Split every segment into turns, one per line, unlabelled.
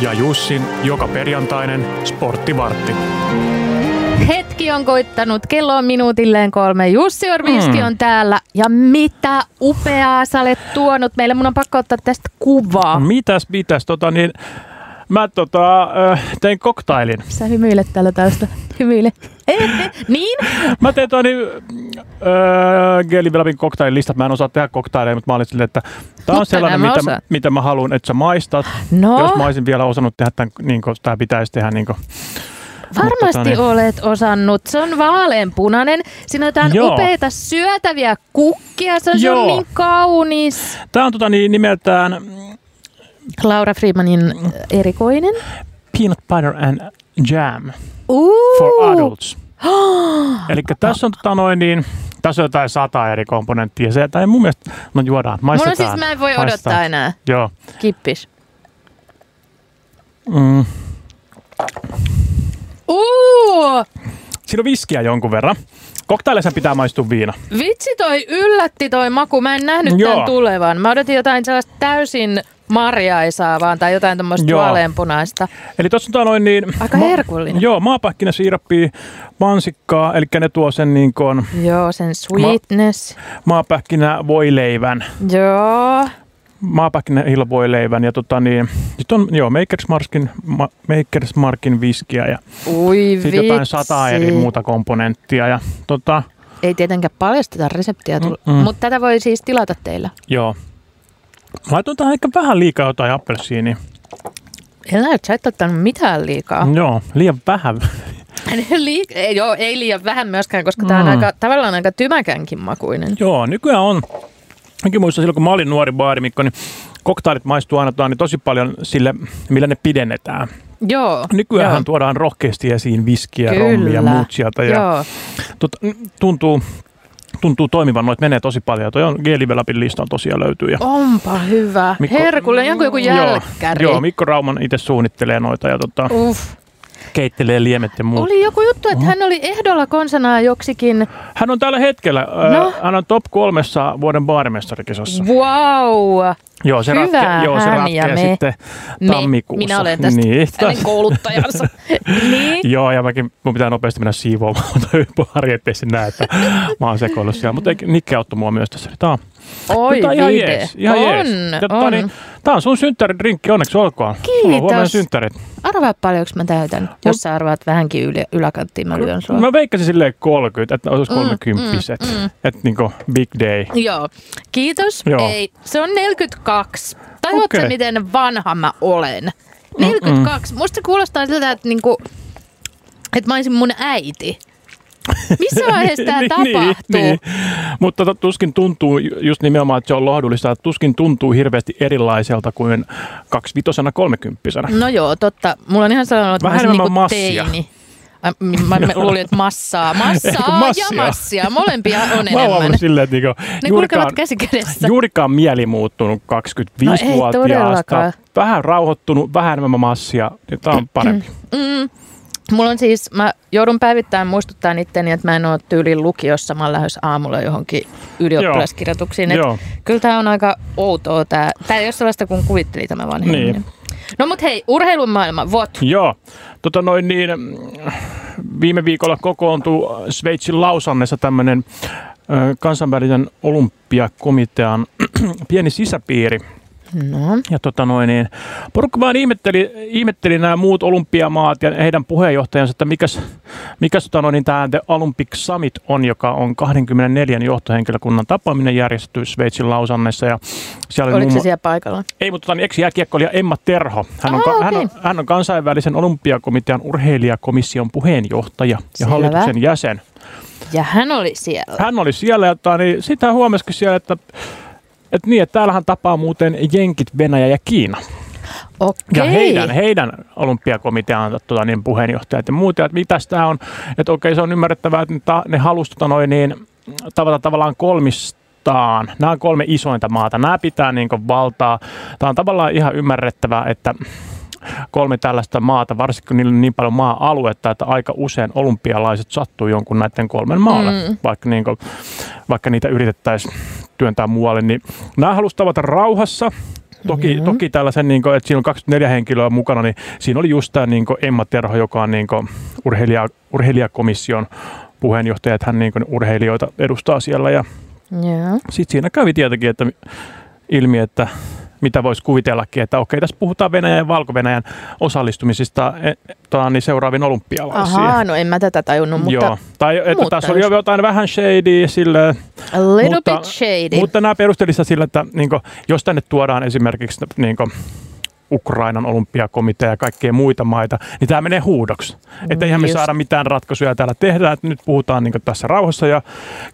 ja Jussin joka perjantainen sporttivartti.
Hetki on koittanut, kello on minuutilleen kolme. Jussi Orminski mm. on täällä ja mitä upeaa sä olet tuonut meille. Mun on pakko ottaa tästä kuvaa.
Mitäs, mitäs, tota niin, mä tota, ö, tein koktailin.
Sä hymyilet täällä täystä. Hymyile. Eh, eh, niin?
Mä tein tuon niin, öö, Gelivelapin koktaililistat. Mä en osaa tehdä koktaileja, mutta mä olin silleen, että tämä on
Mutta
sellainen,
nämä
mitä,
osaat.
mitä mä haluan, että sä maistat.
No,
Jos mä olisin vielä osannut tehdä tämän, niin kuin tämä pitäisi tehdä. Niin kuin.
varmasti
tota niin.
olet osannut. Se on vaaleanpunainen. Siinä on jotain
Joo.
upeita syötäviä kukkia. Se on, se
Joo.
on niin kaunis.
Tämä on tota, niin, nimeltään
Laura Freemanin äh, erikoinen.
Peanut Butter and Jam
Uh.
for Adults. Eli tässä on, tota, noin, niin, tässä on jotain sata eri komponenttia. Se, tai mun mielestä, no juodaan,
Mulla
maistetaan.
on siis, mä en voi odottaa
maistetaan.
enää.
Joo.
Kippis.
Mm.
Uu!
Siinä on viskiä jonkun verran. Koktaileissa pitää maistua viina.
Vitsi toi yllätti toi maku. Mä en nähnyt Joo.
Joo.
tämän tulevan. Mä odotin jotain sellaista täysin marjaisaa vaan tai jotain tuommoista
Joo.
vaaleanpunaista.
Eli tuossa on tota noin niin...
Aika herkullinen.
Joo, maapähkinäsiirappia, mansikkaa, eli ne tuo sen niin kuin
Joo, sen sweetness.
maapähkinä voileivän,
Ma- Joo.
maapähkinä voileivän ja tota niin, sit on joo, Makers Markin, ma, Makers Markin viskiä ja
Ui
sitten
vitsi.
jotain sata eri muuta komponenttia ja tota,
Ei tietenkään paljasteta reseptiä, tull-
Mm-mm.
mutta tätä voi siis tilata teillä.
joo. Mä Laitoin tähän ehkä vähän liikaa jotain niin appelsiinia.
Elä, sä et ottanut mitään liikaa.
Joo, liian vähän.
Liik- ei, joo, ei liian vähän myöskään, koska tämä on
Mm.
aika, tavallaan aika tymäkänkin makuinen.
Joo, nykyään on. Mäkin muistan silloin, kun mä olin nuori baarimikko, niin koktailit maistuu aina tuolla, niin tosi paljon sille, millä ne pidennetään.
Joo.
Nykyään
joo.
tuodaan rohkeasti esiin viskiä,
Kyllä.
rommia, muut sieltä. Ja
Joo.
tot, tuntuu, tuntuu toimivan, noit menee tosi paljon. Toi on Geelivelapin listan tosiaan löytyy. Ja
Onpa hyvä. Mikko... Herkulle, Oh, jonkun joku jälkkäri. Oh.
Joo, joo, Mikko Rauman itse suunnittelee noita ja tota,
Uff.
keittelee liemet ja muut.
Oli joku juttu, että hän oli ehdolla konsanaa joksikin.
Hän on tällä hetkellä,
No.
no. hän on top kolmessa vuoden baarimestarikisassa.
Wow.
Joo, se
Hyvä,
ratkeaa, joo, se
hän
ratkeaa
ja me.
sitten
Me-
tammikuussa.
Minä olen tästä
Niin,
hänen
tästä-
kouluttajansa. niin.
Joo, ja mäkin, mun pitää nopeasti mennä siivoamaan toi pari, ettei se näe, että mä oon sekoillut siellä. Mutta Nikke auttoi mua myös tässä. Tää on,
Oi,
tää on ihan
vide.
jees. Ihan
on,
jees. Ja tota
on.
niin, tää on sun synttäridrinkki, onneksi olkoon. Mulla on huomenna
Kiitos.
synttärit.
Arvaa paljonko mä täytän.
No.
Jos sä arvaat vähänkin yli, yläkanttiin, mä lyön sua.
Mä veikkasin silleen 30, että olisi
Mm,
30, mm, mm, että niinku big day.
Joo. Kiitos.
Joo.
Ei. Se on 42. Tajuatko okay.
Okei.
miten vanha mä olen? 42. Mm-mm. Musta se kuulostaa siltä, että, niinku, että mä olisin mun äiti. Missä vaiheessa tämä tapahtuu?
Niin, Mutta to- tuskin tuntuu, ju- just nimenomaan, että se on lohdullista, että tuskin tuntuu hirveästi erilaiselta kuin 25 kolmekymppisenä.
No joo, totta. Mulla on ihan sanonut, että
Vähän
mä olisin
enemmän
niinku
massia.
teini. Ai, m- Mä, mä luulin, että massaa.
Eikö
Massaa
massia?
ja massia. Molempia on
Mä oon
enemmän.
ollut silleen, että niinku,
Ne
juurikaan,
kulkevat käsi kädessä.
juurikaan mieli muuttunut
No ei
25-vuotiaasta.
todellakaan.
vähän rauhoittunut, vähän enemmän massia. Tämä on parempi.
Mm. Mulla on siis, mä joudun päivittäin muistuttaa itteni, että mä en ole tyyliin lukiossa, mä oon lähes aamulla johonkin ylioppilaskirjoituksiin. niin, Et
Joo.
Kyllä tää on aika outoa tää. Tää ei ole sellaista kuin kuvitteli tämä vanhemmin.
Niin.
No mut hei, urheilun maailma, vot.
Joo. Tota noin niin, mm, viime viikolla kokoontui äh, Sveitsin Lausannessa tämmöinen kansainvälisen olympiakomitean pieni sisäpiiri.
No.
Ja tota noin, niin porukka vaan ihmetteli, ihmetteli nämä muut olympiamaat ja heidän puheenjohtajansa, että mikäs, mikäs tota noin, niin tämä The Olympic Summit on, joka on 24 johtohenkilökunnan tapaaminen järjestetty Sveitsin Lausannessa. Ja siellä oli
Oliko
muun
se
mu-
siellä paikalla?
ei, mutta tota, niin ex-jääkiekkoilija Emma Terho. Hän on,
Ah,
ka-
okei.
hän, on, hän on kansainvälisen olympiakomitean urheilijakomission puheenjohtaja ja
Selvä.
hallituksen jäsen.
Ja hän oli siellä.
Hän oli siellä, että, niin, sitä huomasikin siellä, että, että, niin, että täällähän tapaa muuten Jenkit, Venäjä ja Kiina.
Okei.
Ja heidän, heidän olympiakomiteansa tuota, niin puheenjohtajat ja muuta, että mitäs tämä on, että okei se on ymmärrettävää, että ne, ta, ne halusi tota, noin, niin, tavata tavallaan kolmistaan. Nämä on kolme isointa maata. Nämä pitää niin kuin, valtaa. Tämä on tavallaan ihan ymmärrettävää, että kolme tällaista maata, varsinkin kun niillä on niin paljon maa-aluetta, että aika usein olympialaiset sattuu jonkun näiden kolmen maalle,
Mm.
mm. vaikka, niin kuin, vaikka niitä yritettäisiin työntää muualle. Niin nämä halusivat tavata rauhassa, Toki, mm-hmm. toki tällaisen, niin kuin, että siinä on 24 henkilöä mukana, niin siinä oli just tämä niin kuin Emma Terho, joka on niin kuin urheilija, urheilijakomission puheenjohtaja, että hän niin kuin urheilijoita edustaa siellä. Ja
Joo.
sitten siinä kävi tietenkin että ilmi, että mitä voisi kuvitellakin, että okei, tässä puhutaan Venäjän ja Valko-Venäjän osallistumisista e, tota, niin seuraaviin olympialaisiin.
Ahaa, no en mä tätä tajunnut, mutta
Joo. Tai että
mutta
tässä oli
just-
jotain vähän shady sille,
a little
Mutta-
bit shady.
mutta nämä perustelissa sillä, että niin kuin, jos tänne tuodaan esimerkiksi niin kuin, Ukrainan olympiakomitea ja kaikkea muita maita, niin tämä menee huudoksi. Että eihän me
just.
saada mitään ratkaisuja täällä tehdä, että nyt puhutaan niin tässä rauhassa. Ja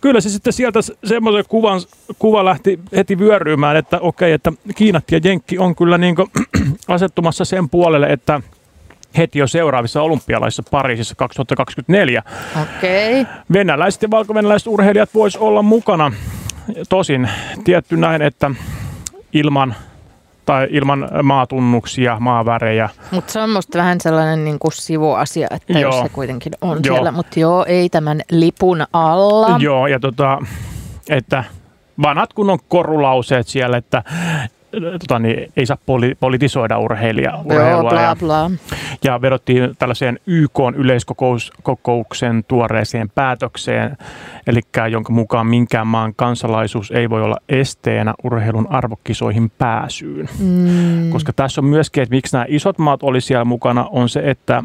kyllä se sitten sieltä s- semmoisen kuvan, kuva lähti heti vyörymään, että okei, että Kiinat ja Jenkki on kyllä niin kuin, asettumassa sen puolelle, että heti jo seuraavissa olympialaisissa Pariisissa 2024
Okei. Okay.
venäläiset ja valkovenäläiset urheilijat vois olla mukana. Tosin tietty näin, että ilman tai ilman maatunnuksia, maavärejä.
Mutta se on musta vähän sellainen niin kuin sivuasia, että joo. jos
Joo.
se kuitenkin on joo.
Joo.
siellä. Mutta joo, ei tämän lipun alla. Joo.
Joo, ja tota, että vanhat kun on korulauseet siellä, että tota, niin, ei saa poli- politisoida urheilija,
Joo,
urheilua.
bla
ja,
bla.
ja vedottiin tällaiseen YK yleiskokouksen tuoreeseen päätökseen, eli jonka mukaan minkään maan kansalaisuus ei voi olla esteenä urheilun arvokisoihin pääsyyn.
Mm.
Koska tässä on myöskin, että miksi nämä isot maat oli siellä mukana, on se, että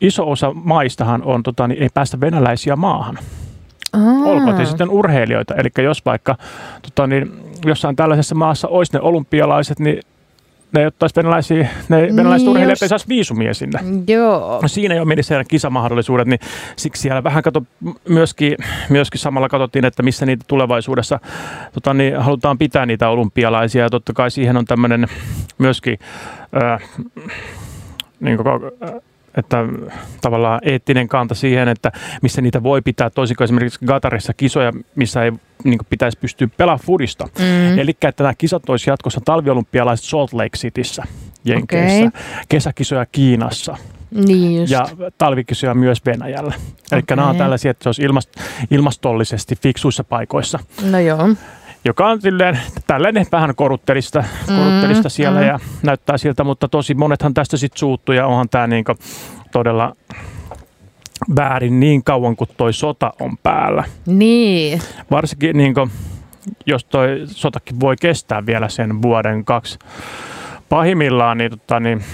iso osa maistahan on, tota, niin ei päästä venäläisiä maahan.
Mm. Aa.
Olkoon te
Ah.
sitten urheilijoita. Eli jos vaikka tota, niin, jossain tällaisessa maassa olisi ne olympialaiset, niin ne ei ottaisi venäläisiä, ne venäläiset
Niin
urheilijat
just.
ei saisi viisumia sinne.
Joo.
No siinä jo meni siellä kisamahdollisuudet, niin siksi siellä vähän kato, myöskin, myöskin samalla katsottiin, että missä niitä tulevaisuudessa tota, niin, halutaan pitää niitä olympialaisia. Ja totta kai siihen on tämmöinen myöskin, ö, niin kuin, ö, että tavallaan eettinen kanta siihen, että missä niitä voi pitää, toisin kuin esimerkiksi Gatarissa kisoja, missä ei niin kuin pitäisi pystyä pelaamaan fudista.
Mm.
Eli että nämä kisat olisi jatkossa talviolympialaiset Salt Lake Cityssä, Jenkeissä, okay. kesäkisoja Kiinassa
Niin just.
ja talvikisoja myös Venäjällä. Eli
Okei.
nämä on tällaisia, että se olisi ilmast- ilmastollisesti fiksuissa paikoissa,
No joo.
joka on silleen, tällainen vähän koruttelista, koruttelista siellä
mm.
ja näyttää siltä, mutta tosi monethan tästä sitten suuttuu ja onhan tämä niinku todella väärin niin kauan kuin toi sota on päällä.
Niin.
Varsinkin niinku, jos toi sotakin voi kestää vielä sen vuoden kaksi pahimmillaan, niin, tota, niin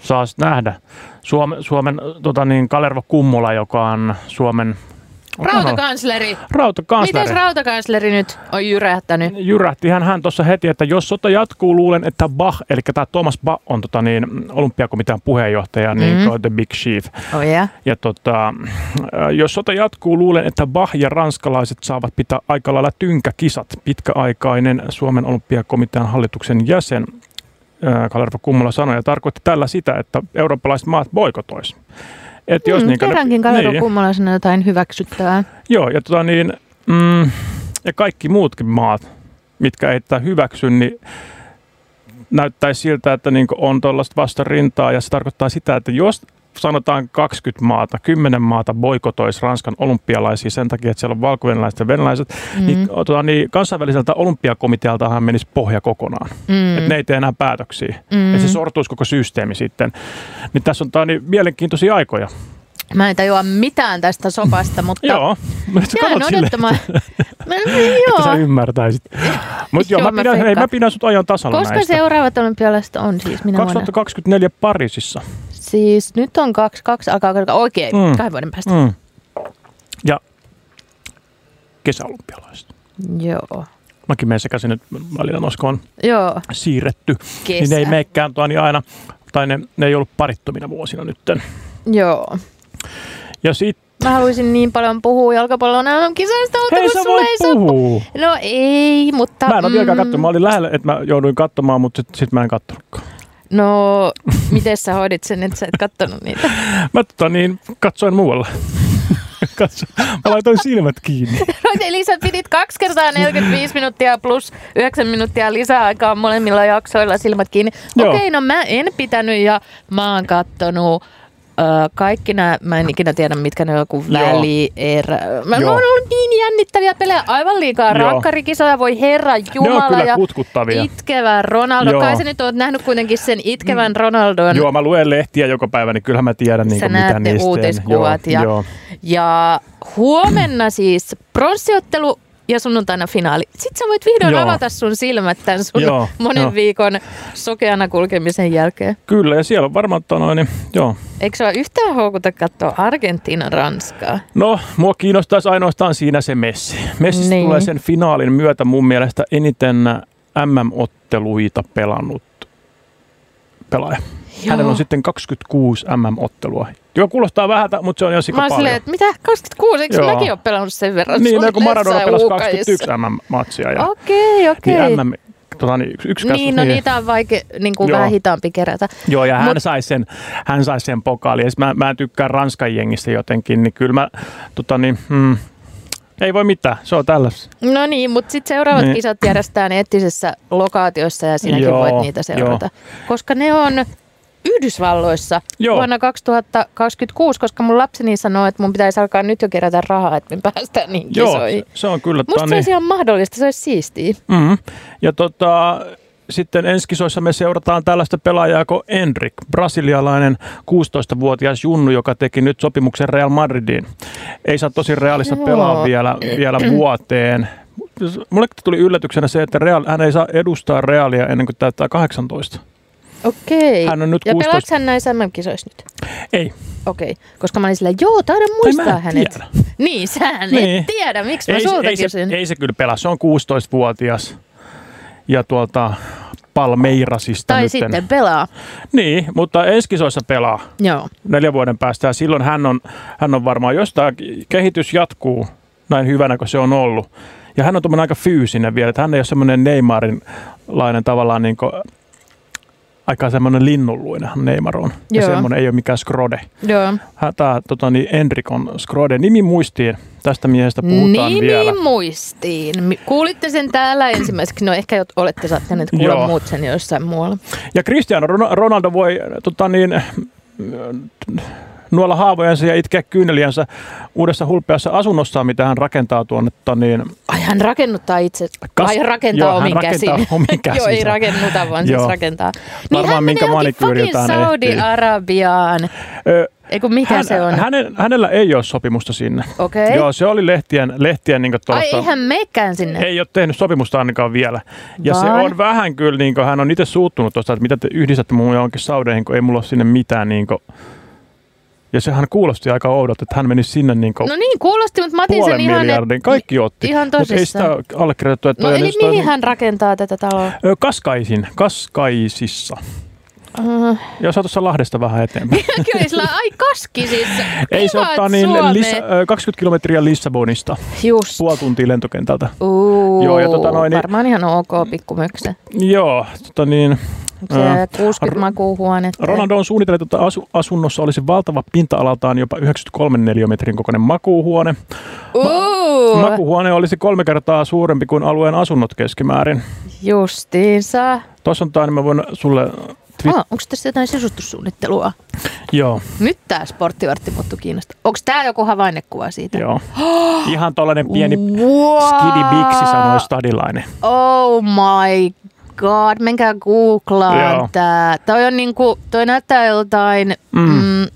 saa sit nähdä. Suome, Suomen tota, niin Kalervo Kummola, joka on Suomen
Rautakansleri.
rautakansleri.
Miten rautakansleri nyt on jyrähtänyt?
Jyrähti hän, hän tuossa heti, että jos sota jatkuu, luulen, että Bach, eli tämä Thomas Bach on tota, niin, olympiakomitean puheenjohtaja, niin
Mhm.
kuin the big chief.
Oh yeah.
Ja tota, äh, jos sota jatkuu, luulen, että Bach ja ranskalaiset saavat pitää aika lailla tynkäkisat. Pitkäaikainen Suomen olympiakomitean hallituksen jäsen äh, Kalervo Kummola sanoi ja tarkoitti tällä sitä, että eurooppalaiset maat boikotois. Et jos
mm,
niinkö ne-
kerrankin Kalero
niin,
kummalaisena jotain hyväksyttävää.
Joo, ja, tota niin, mm, ja kaikki muutkin maat, mitkä ei tätä hyväksy, niin näyttäisi siltä, että niin on tuollaista vastarintaa, ja se tarkoittaa sitä, että jos sanotaan 20 maata, 10 maata boikotoisi Ranskan olympialaisia sen takia, että siellä on valkovenäläiset ja venäläiset, mm. niin, tota, niin kansainväliseltä olympiakomitealtahan menisi pohja kokonaan. Mm. Että ne ei tee enää päätöksiä. Mm. Että se sortuisi koko systeemi sitten. Niin tässä on tää, niin mielenkiintoisia aikoja.
Mä en tajua mitään tästä sopasta, mutta
Joo. Mä sä
jään
katot silleen.
odottamaan. Mä,
että sä
joo.
ymmärtäisit. Mutta joo,
Joo,
mä,
mä
pidän, hei,
veikkaan.
mä pidän sut ajan tasalla
Koska
näistä.
seuraavat olympialaiset on siis minä vuonna?
2024 Pariisissa.
Siis nyt on kaksi, kaksi alkaa alkaa- oikein, mm.
Mm.
kahden vuoden päästä.
Mm. Ja kesäolympialaiset.
Mm. Joo.
Mäkin menen sekaisin nyt välillä Moskoon on
Joo,
siirretty.
kesä.
Niin ne ei meikään tuo niin aina, tai ne, ne ei ollut parittomina vuosina nytten.
Joo.
Ja sit,
Mä haluaisin niin paljon puhua jalkapallon MM-kisoista, mutta
hei
kun
sä
sulle
voit
ei Mm. saa
puhua.
No ei, mutta...
Mä en ole vieläkään katsonut. Mä olin lähellä, että mä jouduin katsomaan, mutta sit, sit mä en kattonutkaan.
No, miten sä hoidit sen, että sä et kattonut niitä?
Mä tota, niin, katsoin muualla. Katso. Mä laitoin silmät kiinni.
Eli sä pidit kaksi kertaa 45 minuuttia plus 9 minuuttia lisäaikaa molemmilla jaksoilla silmät kiinni.
Joo.
Okei, no mä en pitänyt ja mä oon kattonut ö, kaikki nämä, mä en ikinä tiedä mitkä ne on, joku
Joo.
välierä. Mä, mä
Joo.
oon ollut niin jännittäviä pelejä, aivan liikaa
Joo.
rankkarikisoja, voi herra
ne on
jumala
kyllä
ja
kutkuttavia.
itkevä Ronaldo.
Joo. Mm.
Joo. Kai sä nyt oot nähnyt kuitenkin sen itkevän Ronaldon.
Joo, mä luen lehtiä joka päivä, niin kyllähän mä tiedän niin
Sä
kuin, mitä
näet ne
niistä
uutiskuvat.
Joo,
Ja,
joo.
ja huomenna siis pronssiottelu ja sunnuntaina finaali. Sitten sä voit vihdoin
Joo.
joo. avata sun silmät tämän sun
Joo,
joo, monen
joo.
jo. viikon sokeana kulkemisen jälkeen.
Kyllä, ja siellä on varmaan tota noin, niin, joo.
Eikö sua yhtään houkuta katsoa Argentiina-Ranskaa?
No, mua kiinnostaisi ainoastaan siinä se Messi. Messi niin.
Niin.
tulee sen finaalin myötä mun mielestä eniten MM-otteluita pelannut pelaaja. Joo. Hänellä on sitten 26 MM-ottelua. Joo, kuulostaa vähältä, mutta se on ihan sika
Mä oon
paljon.
silleen, että mitä? 26? Eikö
Joo.
mäkin ole pelannut sen verran?
Niin,
sulle
no, kun Maradona
jossain
pelasi
UKissa?
21 MM-matsia. Ja,
Okei, okei.
Niin MM, tota, niin, yksi, yksi
Niin, no niitä on vaikea, niin kuin
Joo.
vähän hitaampi kerätä.
Joo, ja hän,
Mut-
sai sen, hän sai sen pokaali. Ja sit mä, mä tykkään Ranskan jengistä jotenkin, niin kyllä mä, tota niin, mm, ei voi mitään, se on tällaista.
No niin, mutta sitten seuraavat
Niin.
niin. kisat järjestetään eettisessä lokaatiossa ja sinäkin
Joo,
joo, voit niitä seurata. Koska ne on Yhdysvalloissa
Joo.
joo. vuonna 2026, koska mun lapseni sanoo, että mun pitäisi alkaa nyt jo kerätä rahaa, että me päästään niin
Joo,
kisoihin.
se- se on kyllä. tota
Musta se olisi ihan mahdollista, se olisi siistiä.
Mm. Ja tota, sitten ensi kisoissa me seurataan tällaista pelaajaa kuin Enrik, brasilialainen 16-vuotias junnu, joka teki nyt sopimuksen Real Madridiin. Ei saa tosi Realissa
Joo.
pelaa vielä, vielä vuoteen. Mulle tuli yllätyksenä se, että Real, hän ei saa edustaa Realia ennen kuin täyttää 18.
Okei.
Hän on nyt
ja
16.
pelaako hän näissä MM-kisoissa nyt?
Ei,
Okei, koska mä olin sillä, joo, taidan muistaa
mä en
hänet.
tiedä.
Niin, sähän niin.
Niin.
et tiedä, miksi mä
ei, se-
sulta
ei, se,
kysyn.
ei se kyllä pelaa, se on 16-vuotias. Ja tuolta Palmeirasista
tai
nytten.
sitten pelaa.
Niin, mutta ensi kisoissa pelaa.
Joo.
neljän vuoden päästä. Ja silloin hän on, hän on varmaan, jos tämä kehitys jatkuu näin hyvänä kuin se on ollut. Ja hän on tuommoinen aika fyysinen vielä, että hän ei ole semmoinen Neymarinlainen tavallaan niin kuin, aika semmoinen linnunluinen hän Neymar on. Ja
Joo.
semmoinen ei ole mikään skrode.
Joo.
Tämä tota, niin Enrik on skrode. Nimi muistiin. Tästä miehestä puhutaan
Nimi
vielä.
Niin, muistiin. Mi- Kuulitte sen täällä ensimmäiseksi. No ehkä jot- olette saattaneet kuulla
Joo.
Joo. muut sen jossain muualla.
Ja Cristiano Ron- Ronaldo voi tota niin, äh, nuolla haavojensa ja itkeä kyyneliänsä uudessa hulpeassa asunnossaan, mitä hän rakentaa tuonne tota niin,
Ai hän rakennuttaa itse.
Kas-
Ai rakentaa
Joo, hän
omin
rakentaa
käsin.
omin
Joo, ei
käsinsä.
rakennuta, vaan
Joo.
siis rakentaa.
Varmaan
hän
minkä
menee johonkin
manikyyri
fucking
jotain ehtii.
Saudi-Arabiaan.
Ö,
Ei kun mikä
äh, hän,
se on?
Hänen, hänellä ei ole sopimusta sinne.
Okei.
Joo, se oli lehtien, lehtien niin
Ai
tuosta,
eihän meikään sinne.
ei ole tehnyt sopimusta ainakaan vielä. Ja se
Vaan?
on vähän kyllä, niin kuin, hän on itse suuttunut tuosta, että mitä te yhdistätte mun johonkin saudeihin, kun ei mulla ole sinne mitään. Niin kuin. Ja sehän kuulosti aika oudolta, että hän meni sinne niin kuin,
No niin, kuulosti, mutta mä otin sen
puolen
ihan, et-
miljardin. Kaikki otti.
ihan
Mutta ei sitä
tosissaan.
allekirjoitettu. Että
No
toi-
eli
toi-
mihin hän rakentaa tätä taloa?
Ö, Kaskaisin, Kaskaisissa.
Uh,
Ja saa tuossa Lahdesta vähän eteenpäin.
kyllä sillä, ai kaski siis.
Ei se
Kuvaat
ottaa niin
Suomeen.
lisä, ö, 20 kilometriä Lissabonista,
Just.
puoli tuntia lentokentältä.
Uu,
Joo, ja tota noin, niin-
varmaan ihan ok pikkumöksä.
Joo, tota niin,
Se
Ää,
60
Ro-
makuuhuonetta.
Ronaldo on suunnitellut, että asu- asunnossa olisi valtava pinta-alaltaan jopa 93 neliömetrin kokoinen makuuhuone.
Uu,
Makuuhuone olisi kolme kertaa suurempi kuin alueen asunnot keskimäärin.
justiinsa.
Tuossa on tämä, niin mä voin sulle... Twi-
Ah, onko tässä jotain sisustussuunnittelua?
Joo,
Nyt tämä sporttivartti muuttui Kiinasta. Onko tämä joku havainnekuva siitä?
joo. Ihan tollainen pieni
Wow.
skidi biksi, sanoi stadilainen.
Oh my god, menkää
Joo.
googlaan tää. Toi, on niinku, toi näyttää joltain
Mm.
mm. Mm,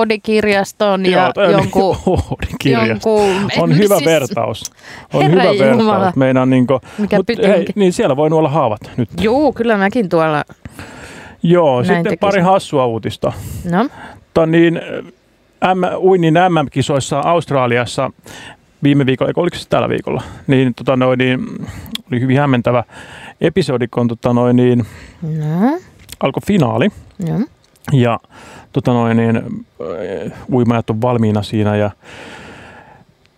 Oodi-kirjaston ja
toi on niinku-
jonkun...
Oodin kirjasta.
jonkun
On hyvä
siis-
vertaus. On
Herra
hyvä
Jumala.
vertaus. Meinaan niinku,
Mikä
mut
pytinki.
hei, niin siellä voi nuolla haavat nyt.
Juu, kyllä mäkin tuolla.
Joo,
Näin
sitten
tekisin.
pari hassua uutista.
No,
Mutta niin, äh, M, uinnin MM-kisoissa Australiassa viime viikolla, eikö oliko se tällä viikolla, niin, tota noin, niin oli hyvin hämmentävä episodi, kun tota noin, niin,
no,
alkoi finaali.
no.
Ja tota noin, niin, äh, uimajat on valmiina siinä ja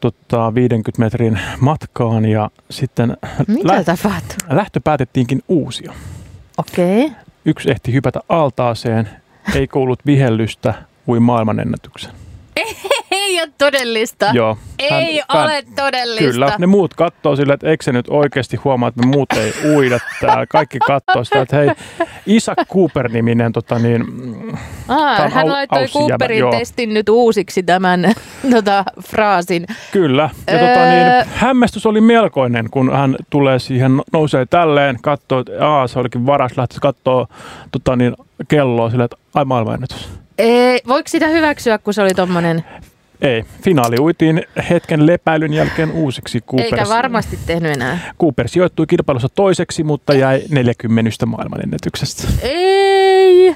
tota, 50 metrin matkaan ja sitten
Mitä
lä-
tapahtuu?
lähtö päätettiinkin uusia.
Okei. Okay.
Yksi ehti hypätä altaaseen, ei kuullut vihellystä, ui maailmanennätyksen.
Ei ole todellista.
Joo,
Ei ole todellista.
Kyllä, ne muut kattoo sillä, että eikö se nyt oikeasti huomaa, että me muut ei uida täällä. Kaikki kattoo sitä, että hei, Isaac Cooper-niminen tota niin, Tää
Aa,
on
hän
au-
laittoi
aussi jäbä,
Cooperin
joo.
testin nyt uusiksi tämän tota, fraasin.
Kyllä. Ja
Öö.
tota niin, hämmästys oli melkoinen, kun hän tulee siihen, nousee tälleen, katsoo, että aa, se olikin varas, lähtee katsoo tota niin, kelloa silleen, että ai maailmanennätys.
Ei, voiko E, sitä hyväksyä, kun se oli tommonen,
Ei, finaali uitiin hetken lepäilyn jälkeen uusiksi. Cooper,
eikä varmasti tehnyt enää.
Cooper sijoittui kilpailussa toiseksi, mutta jäi 40 maailmanennätyksestä.
Ei!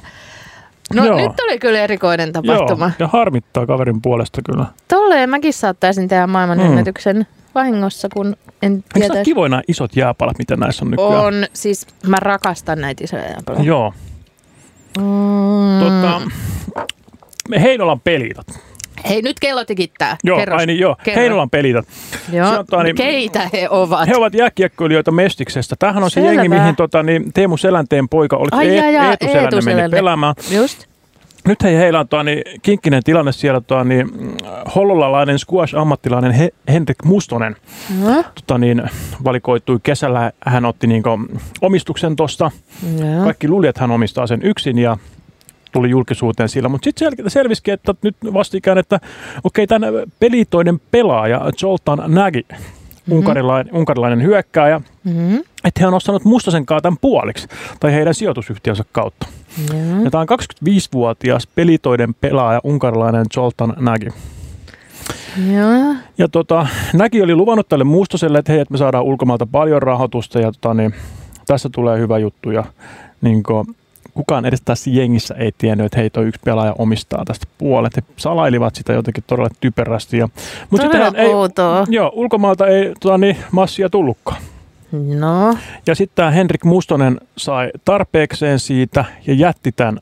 No
Joo.
Joo. nyt oli kyllä erikoinen tapahtuma.
ja harmittaa kaverin puolesta kyllä.
Tolleen mäkin saattaisin tehdä maailmanennätyksen vahingossa, kun
Hmm.
en
Eikö
tiedä.
nämä kivoja nämä isot jääpalat, mitä näissä on nykyään?
On, siis mä rakastan näitä isoja jalkapalloja.
Joo.
Mm.
Tota, me Heinolan pelitat.
Hei, nyt kello tikittää.
Joo,
Kerros.
ai niin, joo.
Kerro.
Heinolan pelitat.
Joo.
se on tuo, niin-
Keitä he ovat?
He ovat jääkiekkoilijoita Mestiksestä. Tämähän on se
Selvä.
jengi, mihin tota, niin, Teemu Selänteen poika, oliko
Ai,
se
ai, ai,
Eetu Selänne
Eetu
meni
Selänne.
pelaamaan.
Just.
Nyt he, heillä on tuo, niin, kinkkinen tilanne siellä, tuo, niin, mm, hollolalainen squash-ammattilainen He- Henrik Mustonen
Joo.
tota, niin, valikoitui kesällä. Hän otti niin, omistuksen
Ah.
tuosta.
Joo.
Kaikki luuli, että hän omistaa sen yksin ja tuli julkisuuteen sillä. Mutta sitten sel- selvisikin, että nyt vastikään, että okei, tämän pelitoinen pelaaja Zoltan Nagy, unkarilainen, unkarilainen hyökkääjä,
Mm-hmm.
että he on ostanut Mustasenkaan tämän puoliksi tai heidän sijoitusyhtiönsä kautta.
Mm. Joo.
Ja tämä on 25-vuotias pelitoiden pelaaja, unkarilainen Zoltan Nagy.
Joo.
Ja tota, Näki oli luvannut tälle Mustoselle, että hei, että me saadaan ulkomailta paljon rahoitusta ja tota, niin, tässä tulee hyvä juttu. Ja, niin kuin, kukaan edes tässä jengissä ei tiennyt, että hei, toi yksi pelaaja omistaa tästä puolet. He salailivat sitä jotenkin todella typerästi. Ja, mut
Todella
sittenhän ei,
outoa.
joo, ulkomailta ei tota, niin, massia tullutkaan.
No.
Ja sitten tämä Henrik Mustonen sai tarpeekseen siitä ja jätti tämän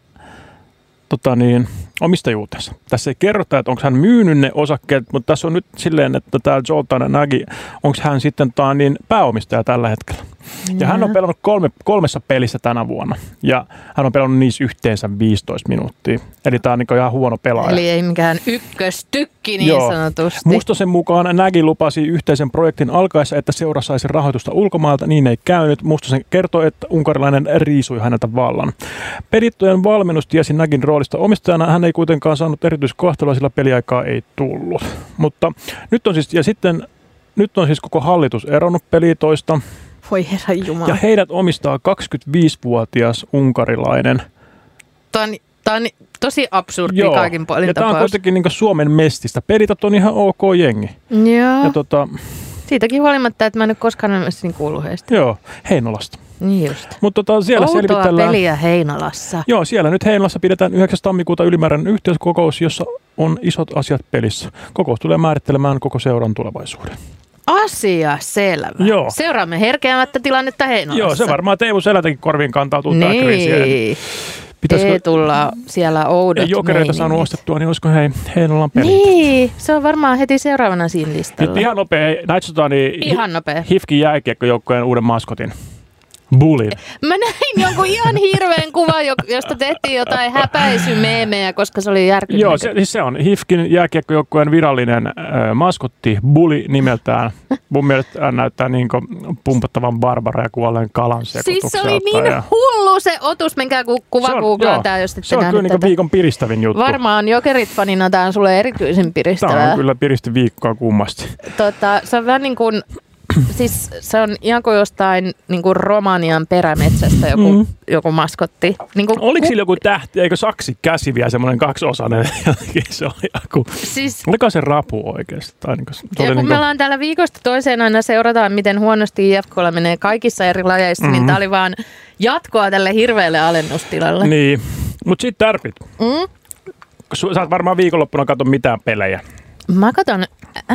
tota niin, omistajuutensa. Tässä ei kerrota, että onko hän myynyt ne osakkeet, mutta tässä on nyt silleen, että tämä Zoltan Nagy, onko hän sitten tää niin pääomistaja tällä hetkellä. Ja hän on
Mm-hmm.
pelannut kolme, kolmessa pelissä tänä vuonna. Ja hän on pelannut niissä yhteensä 15 minuuttia. Eli tämä on niin ihan huono pelaaja.
Eli ei mikään ykköstykki niin
Joo.
Joo. sanotusti.
Mustosen mukaan Nägi lupasi yhteisen projektin alkaessa, että seura saisi rahoitusta ulkomailta. Niin ei käynyt. Mustosen kertoi, että unkarilainen riisui häneltä vallan. Pelittojen valmennus tiesi Nägin roolista omistajana. Hän ei kuitenkaan saanut erityiskohtelua, sillä peliaikaa ei tullut. Mutta nyt on siis, ja sitten nyt on siis koko hallitus eronnut pelitoista
Voi herra Jumala.
ja heidät omistaa 25-vuotias unkarilainen.
Tämä on, tämä on tosi absurdi
Joo.
kaikin puolin
ja tämä on
tapaus.
kuitenkin niin Suomen mestistä. Pelitat on ihan ok jengi.
Joo.
Ja tota,
Siitäkin huolimatta, että mä en nyt koskaan elämässäni kuullut heistä.
joo, Heinolasta.
Niin just.
Mutta tota, siellä
Outoa
selvitellään.
peliä Heinolassa.
Joo, siellä nyt Heinolassa pidetään 9. tammikuuta ylimääräinen yhteiskokous, jossa on isot asiat pelissä. Kokous tulee määrittelemään koko seuran tulevaisuuden.
Asia selvä.
Joo.
Seuraamme herkeämättä tilannetta Heinolassa.
Joo, se varmaan Teemu Selätäkin korviin kantautuu tämä kriisi. Eli
Niin.
Pitäisikö,
Teetulla siellä
ei
oudot
jokereita saanut
meiningit.
ostettua, niin olisiko hei Heinolan peli?
Niin, se on varmaan heti seuraavana siinä listalla.
Nyt ihan nopea, hei, näit sä tota, niin
Ihan nopea.
hi- Hifkin jääkiekkojoukkueen uuden maskotin. Bulin.
Mä näin jonkun ihan hirveän kuvan, jo- josta tehtiin jotain häpäisymeemejä, koska se oli järkyttävä.
Joo, se, siis se on Hifkin jääkiekkojoukkueen virallinen äh, maskotti, Buli nimeltään. Mun mielestä hän näyttää niin kuin pumpattavan Barbara ja kuolleen kalan
Siis se
sekoitukselta
oli niin
ja-
hullu se otus, menkää ku- kuva
Se on- joo,
googlaa tää, jos ette
Se on kyllä
nähnyt
niin
tätä.
viikon piristävin juttu.
Varmaan jokerit-fanina tää on sulle erityisen
Tämä
piristävää.
on kyllä piristi viikkoa kummasti.
Tota, se on vähän niin kuin, siis se on ihan kuin jostain niin kuin Romanian perämetsästä joku,
Mm.
mm. joku maskotti. Niin kuin,
Oliko sillä joku tähti, eikö saksi käsi vielä semmoinen kaksiosainen? se oli joku,
Siis
oliko se rapu oikeasti? Tai niin kuin, se
Ja
oli
kun
niin
me ollaan täällä viikosta toiseen aina seurataan, miten huonosti IFKlla menee kaikissa eri lajeissa, mm-hmm. niin tämä oli vaan jatkoa tälle hirveälle alennustilalle. Niin.
niin. Mutta sitten tärpit.
Mm?
Su- Sä oot varmaan viikonloppuna katso mitään pelejä.
Mä katson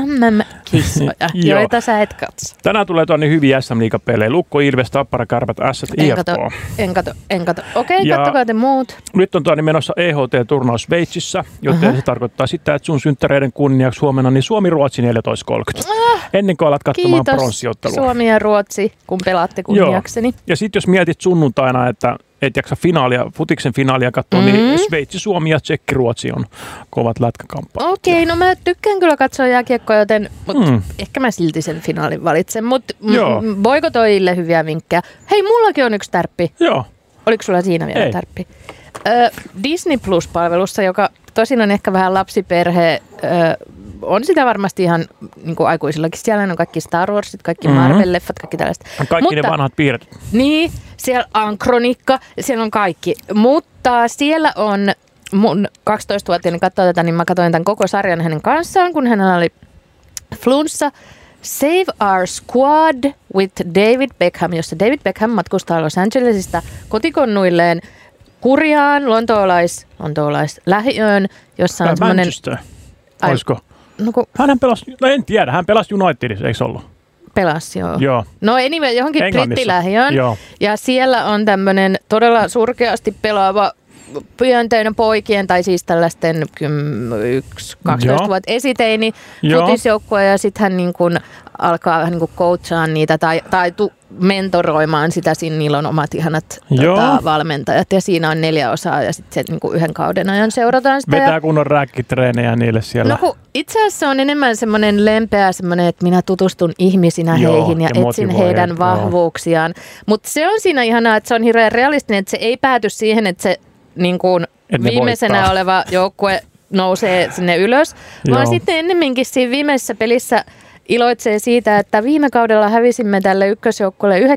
MM-kisoja,
Joo.
joita sä et katso.
Tänään tulee tuonne hyviä sm liigapelejä Lukko, Ilves, Tappara, Kärpät, S,
En kato,
IFK.
en kato, en kato. Okei,
Ja-
ja... kattokaa te muut.
Nyt on tuonne menossa E EHT-turnaus Sveitsissä, joten uh-huh. se tarkoittaa sitä, että sun synttäreiden kunniaksi huomenna niin Suomi-Ruotsi 14.30. Ennen kuin alat katsomaan
Kiitos
pronssiottelua.
Suomi ja Ruotsi, kun pelaatte kunniakseni.
Ja sitten jos mietit sunnuntaina, että et jaksa finaalia, futiksen finaalia katsoa, mm-hmm. niin Sveitsi, Suomi ja Tsekki, Ruotsi on kovat lätkäkamppailut.
Okei, okay, no mä tykkään kyllä katsoa jääkiekkoa, joten mut
Mm.
mm. ehkä mä silti sen finaalin valitsen. Mutta
Joo.
m- boikotoijille hyviä vinkkejä. Hei, mullakin on yksi tärppi.
Joo,
Oliko sulla siinä vielä
Ei.
Ei. tärppi? Ö, Disney Plus-palvelussa, joka tosin on ehkä vähän lapsiperhe, ö, on sitä varmasti ihan niin kuin aikuisillakin. Siellä on kaikki Star Warsit, kaikki
Mhm.
mm-hmm. Marvel-leffat, kaikki tällaista.
kaikki Mutta... ne vanhat piirret.
Niin, siellä on kronikka, siellä on kaikki. Mutta siellä on mun 12-vuotiaani katsoi tätä, niin mä katsoin tämän koko sarjan hänen kanssaan, kun hänellä oli flunssa. Save Our Squad with David Beckham, jossa David Beckham matkustaa Los Angelesista kotikonnuilleen kurjaan lontoolais, lontoolais lähiöön, jossa
Tai
on semmoinen...
Manchester,
Ai-
olisiko?
No kun
Hän pelasi, no en tiedä, hän pelasi Unitedissa, eikö se ollut?
pelasi, joo.
Joo.
No anyway, johonkin
Englannissa.
brittilähiöön.
Joo.
Ja siellä on tämmöinen todella surkeasti pelaava pyönteinen poikien tai siis tällaisten 12
Joo.
vuotta esiteini
Joo.
futisjoukkue ja sitten hän niin kun alkaa vähän niin kuin coachaa niitä tai, tai tu, mentoroimaan sitä, siinä niillä on omat ihanat
Joo.
tota, valmentajat ja siinä on neljä osaa ja sitten se niin kuin yhden kauden ajan seurataan sitä. ja-
Vetää kunnon rääkkitreenejä niille siellä.
No kun itse asiassa se on enemmän semmoinen lempeä semmoinen, että minä tutustun ihmisinä
Joo,
heihin ja,
ja
ja etsin
motivoi
heidän
heitä,
vahvuuksiaan. Mutta se on siinä ihanaa, että se on hirveän realistinen, että se ei pääty siihen, että se niin kuin
Et ne
viimeisenä
voittaa.
oleva joukkue nousee sinne ylös, vaan
Joo.
sitten ennemminkin siinä viimeisessä pelissä iloitsee siitä, että viime kaudella hävisimme tälle ykkösjoukkueelle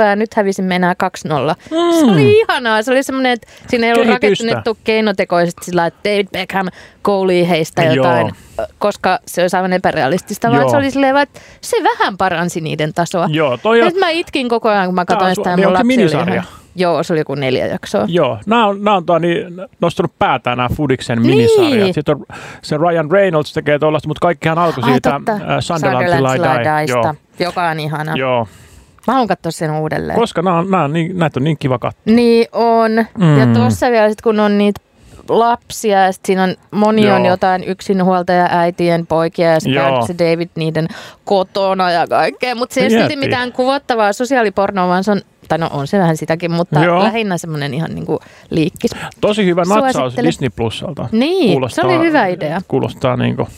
9-0 ja nyt hävisimme enää 2-0. Mm. Se oli ihanaa. Se oli semmoinen, että siinä ei ollut
Kehitystä.
rakennettu keinotekoisesti sillä, että David Beckham koulii heistä jotain, koska se olisi aivan epärealistista, vaan
Joo.
se oli silleen, vaan, että se vähän paransi niiden tasoa.
Joo, toi on,
Nyt mä itkin koko ajan, kun mä
Tää on
katsoin
su-
sitä ja
niin
mun
onko se
lapsi oli
minisarja?
ihan, Joo, se oli joku neljä jaksoa.
Joo, nämä on, nämä on tuo, niin, nostanut päätään nämä Fudiksen minisarjat.
Niin.
Sitten on, se Ryan Reynolds tekee tuollaista, mutta kaikkihan alkoi siitä äh, Sunderland Till I Die. Joo.
joka on ihana.
Joo,
Mä haluan katsoa sen uudelleen.
koska nämä, on- nämä, on niin, näitä on niin kiva katsoa.
Niin on. Mm.
Mm.
Ja tuossa vielä sit, kun on niitä lapsia ja sit siinä on, moni Joo. on
Joo.
jotain yksinhuoltaja äitien poikia ja sit
Joo.
käy se David niiden kotona ja kaikkea. Mutta se ei
Mieti.
silti mitään kuvottavaa sosiaalipornoa, vaan se on, tai no on se vähän sitäkin, mutta
Joo.
Joo. lähinnä semmoinen ihan niinku liikkis.
Tosi hyvä natsaus
Suosittelen.
Disney Plusalta.
Niin, se oli hyvä idea.
Kuulostaa niin kuin,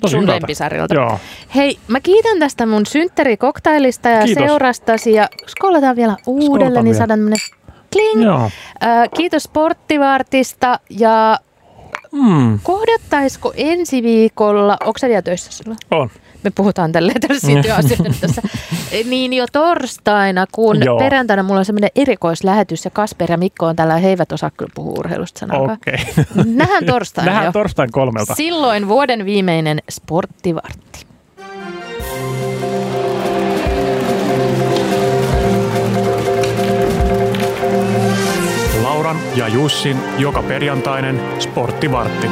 tosi
Sun
hyvältä.
lempisarjalta.
Joo,
Hei, mä kiitän tästä mun synttärikoktailista ja
Kiitos.
seurastasi ja skolataan vielä uudelleen,
vielä.
niin saadaan tämmönen kling.
joo.
Ö, kiitos sporttivartista ja
Mm,
Kohdattaisiko ensi viikolla, onko sä vielä töissä sulla?
on.
Me puhutaan tälleen tällaisia työasioita tässä. Niin jo torstaina, kun
Joo.
Joo. perjantaina mulla on semmoinen erikoislähetys ja Kasper ja Mikko on tällä, he eivät osaa kyllä puhua urheilusta sanakaan.
Okei.
Okay. Nähdään torstaina
Nähdään
jo.
torstain kolmelta.
Silloin vuoden viimeinen sporttivartti.
Lauran ja Jussin joka perjantainen sporttivartti.